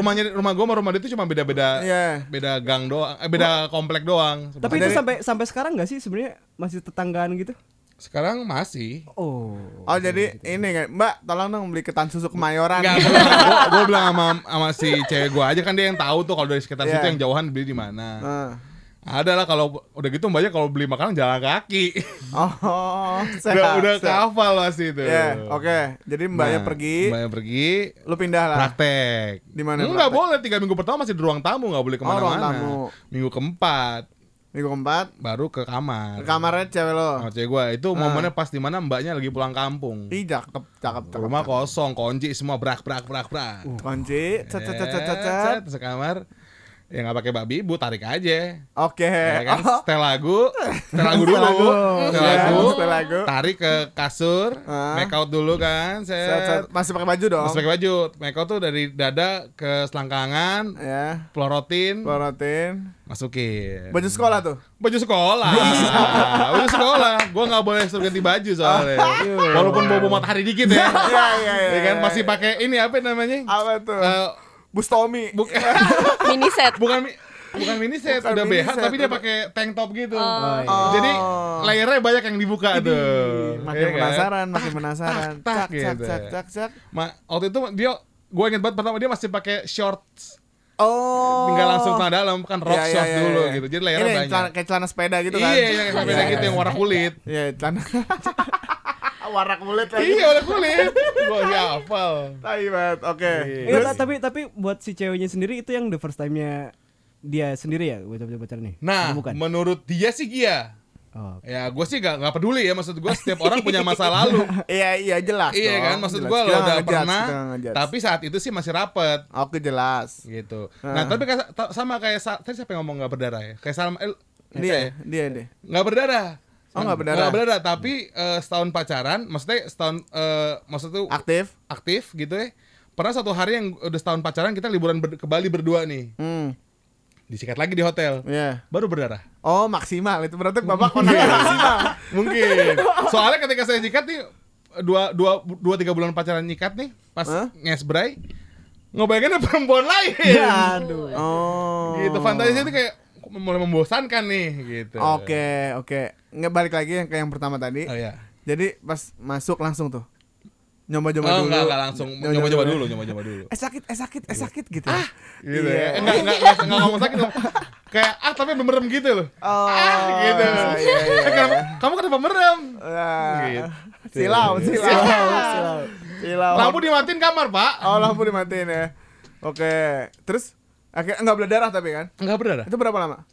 Speaker 2: rumahnya rumah gua sama rumah dia itu cuma beda-beda
Speaker 1: Iya.
Speaker 2: beda gang doang eh, beda komplek doang
Speaker 3: Tapi itu sampai sampai sekarang nggak sih sebenarnya masih tetanggaan gitu?
Speaker 2: sekarang masih
Speaker 3: Oh.
Speaker 1: Oh jadi ini kayak Mbak tolong dong beli ketan susu kemayoran.
Speaker 2: Enggak, gua, gua- gua bilang sama sama si cewek gua aja kan dia yang tahu tuh kalau dari sekitar
Speaker 1: Iya.
Speaker 2: situ yang jauhan beli di mana.
Speaker 1: Ah.
Speaker 2: Ada lah kalau udah gitu mbaknya kalau beli makanan jalan kaki.
Speaker 1: Oh,
Speaker 2: udah
Speaker 1: sehat.
Speaker 2: udah
Speaker 1: sehat.
Speaker 2: kafal pasti itu.
Speaker 1: Iya, oke. Jadi mbaknya
Speaker 2: Nah,
Speaker 1: pergi,
Speaker 2: Mbaknya pergi
Speaker 1: lu pindah lah.
Speaker 2: praktek.
Speaker 1: Di mana praktek?
Speaker 2: Enggak
Speaker 1: Oh,
Speaker 2: boleh tiga minggu pertama masih di ruang tamu nggak boleh
Speaker 1: ruang
Speaker 2: kemana-mana.
Speaker 1: tamu.
Speaker 2: minggu keempat
Speaker 1: Minggu keempat,
Speaker 2: baru ke
Speaker 1: ke
Speaker 2: kamar.
Speaker 1: Nah. kamarnya cewek lo.
Speaker 2: Sama cewek gua itu momennya pas di mana mbaknya lagi pulang kampung.
Speaker 1: Ih, cakep, cakep, cakep.
Speaker 2: Oh, Rumah kosong, kunci semua brak brak brak brak.
Speaker 1: Kunci, Uh. cet cet cet cet cet.
Speaker 2: Set, sekamar ya nggak pakai babi ibu tarik aja
Speaker 1: Oke.
Speaker 2: ya kan
Speaker 1: Oh,
Speaker 2: setel lagu setel lagu dulu
Speaker 1: Setel lagu.
Speaker 2: setel
Speaker 1: Iya,
Speaker 2: lagu,
Speaker 1: setel lagu.
Speaker 2: tarik ke kasur
Speaker 1: Ah.
Speaker 2: make out dulu kan set,
Speaker 1: set, set. Masih pakai baju dong.
Speaker 2: Terus pakai baju make out tuh dari dada ke selangkangan
Speaker 1: Ya.
Speaker 2: pelorotin
Speaker 1: Pelorotin.
Speaker 2: masukin
Speaker 1: Baju Iya. sekolah tuh.
Speaker 2: baju sekolah baju sekolah gua nggak boleh suruh ganti baju soalnya walaupun bobo matahari dikit
Speaker 1: Iya,
Speaker 2: ya
Speaker 1: Ah. iya, iya.
Speaker 2: ya kan masih pakai ini apa namanya
Speaker 1: apa tuh?
Speaker 2: Eh,
Speaker 1: Bustomi.
Speaker 2: bukan
Speaker 4: mini set
Speaker 2: bukan mi- bukan mini set
Speaker 1: Bukan
Speaker 2: udah
Speaker 1: mini
Speaker 2: BH
Speaker 1: set,
Speaker 2: tapi dia
Speaker 1: udah-
Speaker 2: pakai tank top gitu.
Speaker 3: iya.
Speaker 1: Oh.
Speaker 2: Jadi layernya banyak yang dibuka tuh.
Speaker 1: makin
Speaker 2: Iya kan?
Speaker 1: penasaran, makin penasaran.
Speaker 2: tak, tak,
Speaker 1: cak,
Speaker 2: gitu.
Speaker 1: cak, cak, cak.
Speaker 2: Ma, waktu itu dia gue inget banget pertama dia masih pakai shorts
Speaker 1: Oh.
Speaker 2: tinggal langsung tanah dalam kan rock
Speaker 1: Iya, iya,
Speaker 2: shorts
Speaker 1: iya,
Speaker 2: dulu
Speaker 1: iya.
Speaker 2: gitu jadi layernya
Speaker 1: Ini yang
Speaker 2: banyak
Speaker 1: celana- kayak celana sepeda gitu kan.
Speaker 2: iya yang kayak sepeda gitu yang warna kulit
Speaker 1: Iya, celana. Warak mulut lagi.
Speaker 2: iya warna kulit gue gak hafal
Speaker 1: Tai banget. Oke.
Speaker 3: Iya, ta- tapi tapi buat si ceweknya sendiri itu yang the first time-nya dia sendiri ya buat coba pacar nih.
Speaker 2: nah
Speaker 3: bukan.
Speaker 2: menurut dia sih dia
Speaker 3: Oh.
Speaker 2: ya gue sih gak, gak peduli ya maksud gue setiap orang punya masa lalu
Speaker 1: Iya, iya jelas.
Speaker 2: Iya
Speaker 1: dong,
Speaker 2: kan, maksud
Speaker 1: jelas.
Speaker 2: gua lo
Speaker 1: Kita
Speaker 2: udah
Speaker 1: ngejudge,
Speaker 2: pernah,
Speaker 1: kita ngejudge.
Speaker 2: tapi saat itu sih masih rapet
Speaker 1: Oke jelas.
Speaker 2: gitu.
Speaker 1: Ah.
Speaker 2: Nah, tapi kayak- ta- sama kayak sa- tadi siapa yang ngomong nggak berdarah ya? Kayak Salma eh,
Speaker 1: Dia,
Speaker 2: Eca ya?
Speaker 1: dia deh.
Speaker 2: nggak berdarah.
Speaker 1: Oh, nggak berdarah.
Speaker 2: Nggak berdarah, tapi eh, setahun pacaran, maksudnya setahun eh, maksudnya tuh
Speaker 1: Aktif.
Speaker 2: aktif gitu ya. Pernah satu hari yang udah setahun pacaran kita liburan ber- ke Bali berdua nih.
Speaker 1: Hmm.
Speaker 2: Disikat lagi di hotel.
Speaker 1: Iya.
Speaker 2: Baru berdarah.
Speaker 1: Oh maksimal itu berarti bapak
Speaker 2: Iya.
Speaker 1: konaknya maksimal.
Speaker 2: Mungkin. Soalnya ketika saya nyikat nih dua dua dua tiga bulan pacaran nyikat nih pas
Speaker 1: Hah?
Speaker 2: ngesbray ngebayanginnya perempuan lain.
Speaker 3: Aduh.
Speaker 1: Oh.
Speaker 2: Iya. gitu fantasi itu kayak mulai membosankan nih gitu
Speaker 1: Oke oke. Nggak balik lagi yang ke yang pertama tadi.
Speaker 2: oh ya
Speaker 1: Jadi pas masuk langsung tuh nyoba-nyoba
Speaker 2: oh
Speaker 1: dulu.
Speaker 2: enggak enggak langsung nyoba-nyoba dulu nyoba-nyoba dulu
Speaker 1: Eh sakit, eh sakit,
Speaker 2: Iya.
Speaker 1: eh sakit gitu.
Speaker 2: gitu
Speaker 1: Iya.
Speaker 2: ya Eh, enggak enggak enggak enggak ngomong sakit loh kayak ah tapi merem gitu loh
Speaker 1: Oh,
Speaker 2: ah gitu
Speaker 1: Iya, iya.
Speaker 2: Eh, kenapa- kamu kenapa merem
Speaker 1: Ah.
Speaker 2: Gitu.
Speaker 1: Silau, silau, silau. Silau.
Speaker 2: lampu dimatiin kamar pak
Speaker 1: Oh, lampu dimatiin ya. Oke. Terus akhirnya enggak berdarah tapi kan?
Speaker 2: enggak berdarah
Speaker 1: Itu berapa lama?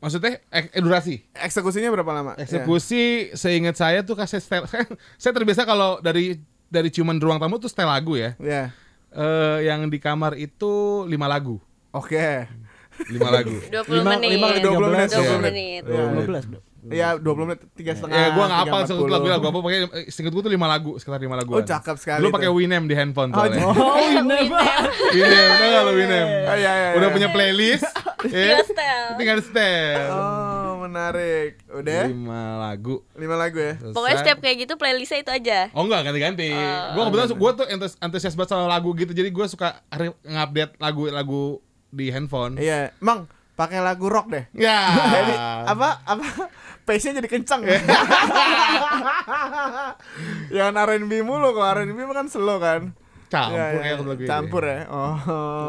Speaker 2: maksudnya ek- eh, durasi
Speaker 1: Eksekusinya berapa lama?
Speaker 2: eksekusi seingat saya tuh kasih setel saya, saya terbiasa kalau dari dari ciuman ruang tamu tuh setel lagu ya
Speaker 1: Ya. Ya.
Speaker 2: Eh, yang di kamar itu lima lagu
Speaker 1: Oke.
Speaker 2: lima lagu
Speaker 4: 20 menit
Speaker 3: lima kali
Speaker 1: 20 menit. 20 Iya.
Speaker 3: 15,
Speaker 4: 20 menit
Speaker 3: Bro.
Speaker 1: Iya, 20 menit, tiga setengah.
Speaker 2: Ya gua gak hafal
Speaker 1: 3.40.
Speaker 2: sebut lagu lagu apa pakai singkat gua tuh lima lagu sekitar lima lagu.
Speaker 1: Oh, cakep sekali
Speaker 2: Lu
Speaker 1: tuh.
Speaker 2: pakai Winem di handphone
Speaker 1: Oh,
Speaker 2: soalnya.
Speaker 1: oh,
Speaker 3: Oh, bener, Pak.
Speaker 2: Winem, tau gak lu Winem?
Speaker 1: iya, iya,
Speaker 2: Udah
Speaker 1: iya.
Speaker 2: punya playlist. ya.
Speaker 4: setel.
Speaker 2: Tinggal setel.
Speaker 1: Oh, menarik. Udah? ya?
Speaker 2: lima lagu
Speaker 1: Lima lagu ya.
Speaker 2: Selesai.
Speaker 4: Pokoknya setiap kayak gitu playlistnya itu aja.
Speaker 2: Oh enggak ganti-ganti.
Speaker 1: Oh,
Speaker 2: Gua kebetulan
Speaker 1: iya,
Speaker 2: su- gua tuh entus- antusias banget sama lagu gitu. Jadi gua suka re- ngupdate lagu-lagu di handphone.
Speaker 1: Iya, Mang, pakai lagu rock deh.
Speaker 2: Ya.
Speaker 1: Jadi apa apa pace-nya jadi kencang ya. Yang R&B mulu kok R&B mah kan slow kan.
Speaker 2: Ah, Campur
Speaker 1: Iya, iya.
Speaker 2: kayak lagu ini.
Speaker 1: Campur ya. Oh.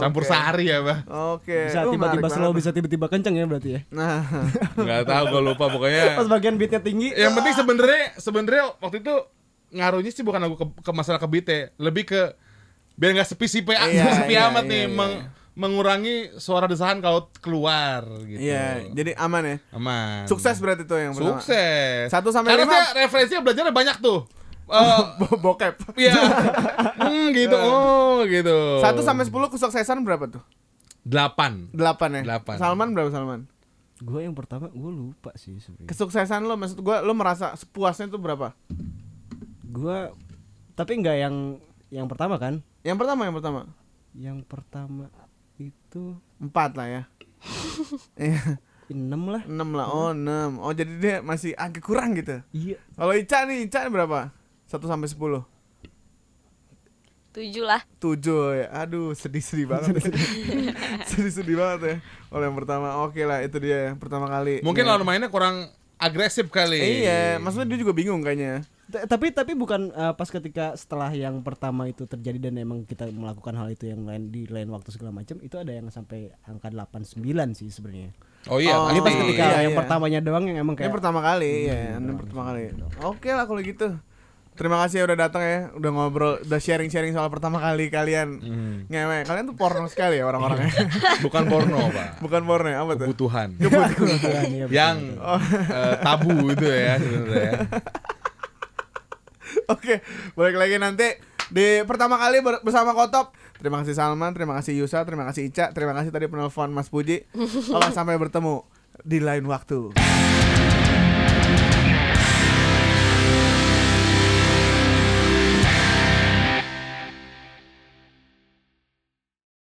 Speaker 2: Campur
Speaker 1: oke.
Speaker 2: sehari ya, Bah.
Speaker 1: Oke.
Speaker 3: Bisa
Speaker 1: Uh,
Speaker 3: tiba-tiba
Speaker 1: menarik
Speaker 3: slow,
Speaker 1: banget.
Speaker 3: bisa tiba-tiba kenceng ya berarti ya.
Speaker 1: Nah.
Speaker 2: Enggak tahu gua lupa
Speaker 3: Pas
Speaker 2: pokoknya.
Speaker 3: bagian beatnya tinggi.
Speaker 2: Yang penting sebenarnya sebenarnya waktu itu ngaruhnya sih bukan lagu ke, ke masalah ke beat ya. lebih ke biar nggak sepi-sepi
Speaker 1: Iya,
Speaker 2: sepi
Speaker 1: iya,
Speaker 2: amat
Speaker 1: iya,
Speaker 2: nih
Speaker 1: iya.
Speaker 2: meng- mengurangi suara desahan kalau keluar gitu.
Speaker 1: Iya, jadi aman ya.
Speaker 2: Aman.
Speaker 1: Sukses berarti tuh yang pertama.
Speaker 2: Sukses.
Speaker 1: Satu sampai
Speaker 2: Karena
Speaker 1: lima.
Speaker 2: saya referensinya belajarnya banyak tuh. Eh,
Speaker 1: Bo- Bokep.
Speaker 2: Iya. hmm, gitu. Oh,
Speaker 1: Iya.
Speaker 2: gitu.
Speaker 1: Satu sampai sepuluh kesuksesan berapa tuh?
Speaker 2: delapan.
Speaker 1: Delapan ya.
Speaker 2: Delapan.
Speaker 1: Salman berapa Salman?
Speaker 3: Gue yang pertama gue lupa sih sebenarnya.
Speaker 1: Kesuksesan lo maksud gua lo merasa puasnya tuh berapa?
Speaker 3: Gue tapi nggak yang yang pertama kan?
Speaker 1: Yang pertama yang pertama.
Speaker 3: Yang pertama itu
Speaker 1: Empat lah ya. Iya,
Speaker 3: 6 lah.
Speaker 1: enam lah. Oh, enam. Oh, jadi dia masih agak kurang gitu.
Speaker 3: Iya.
Speaker 1: Kalau Ica nih, Ica berapa? Satu sampai sepuluh.
Speaker 4: Tujuh lah.
Speaker 1: Tujuh ya. Aduh, sedih-sedih banget. ya. Sedih-sedih banget ya. Oleh yang pertama. Oke lah, itu dia yang pertama kali.
Speaker 2: Mungkin
Speaker 1: Ya.
Speaker 2: lawan mainnya kurang agresif kali.
Speaker 1: Iya, maksudnya dia juga bingung kayaknya.
Speaker 3: Ta- Tapi tapi bukan eh, pas ketika setelah yang pertama itu terjadi dan emang kita melakukan hal itu yang lain di lain waktu segala macam itu ada yang sampai angka 89 sih sebenarnya.
Speaker 2: Oh iya,
Speaker 1: Oh,
Speaker 2: pasti.
Speaker 3: Ini pas ketika
Speaker 1: iya,
Speaker 3: yang
Speaker 1: iya.
Speaker 3: pertamanya doang yang emang
Speaker 1: Ini
Speaker 3: kayak
Speaker 1: pertama kali, ya, ini pertama kali. Oke lah kalau gitu. Terima kasih ya udah datang ya, udah ngobrol, udah sharing-sharing soal pertama kali kalian. Ngewe, kalian tuh porno sekali ya orang-orangnya.
Speaker 2: bukan porno, Pak.
Speaker 1: Bukan porno ya, apa tuh?
Speaker 2: Kebutuhan.
Speaker 3: Kebetulan, iya, betul.
Speaker 2: Yang eh, tabu itu ya sebenarnya. ya.
Speaker 1: Oke, balik lagi nanti di pertama kali ber- bersama Kotop. Terima kasih Salman, terima kasih Yusa, terima kasih Ica, terima kasih tadi penelpon Mas Puji. Oke, sampai bertemu di lain waktu.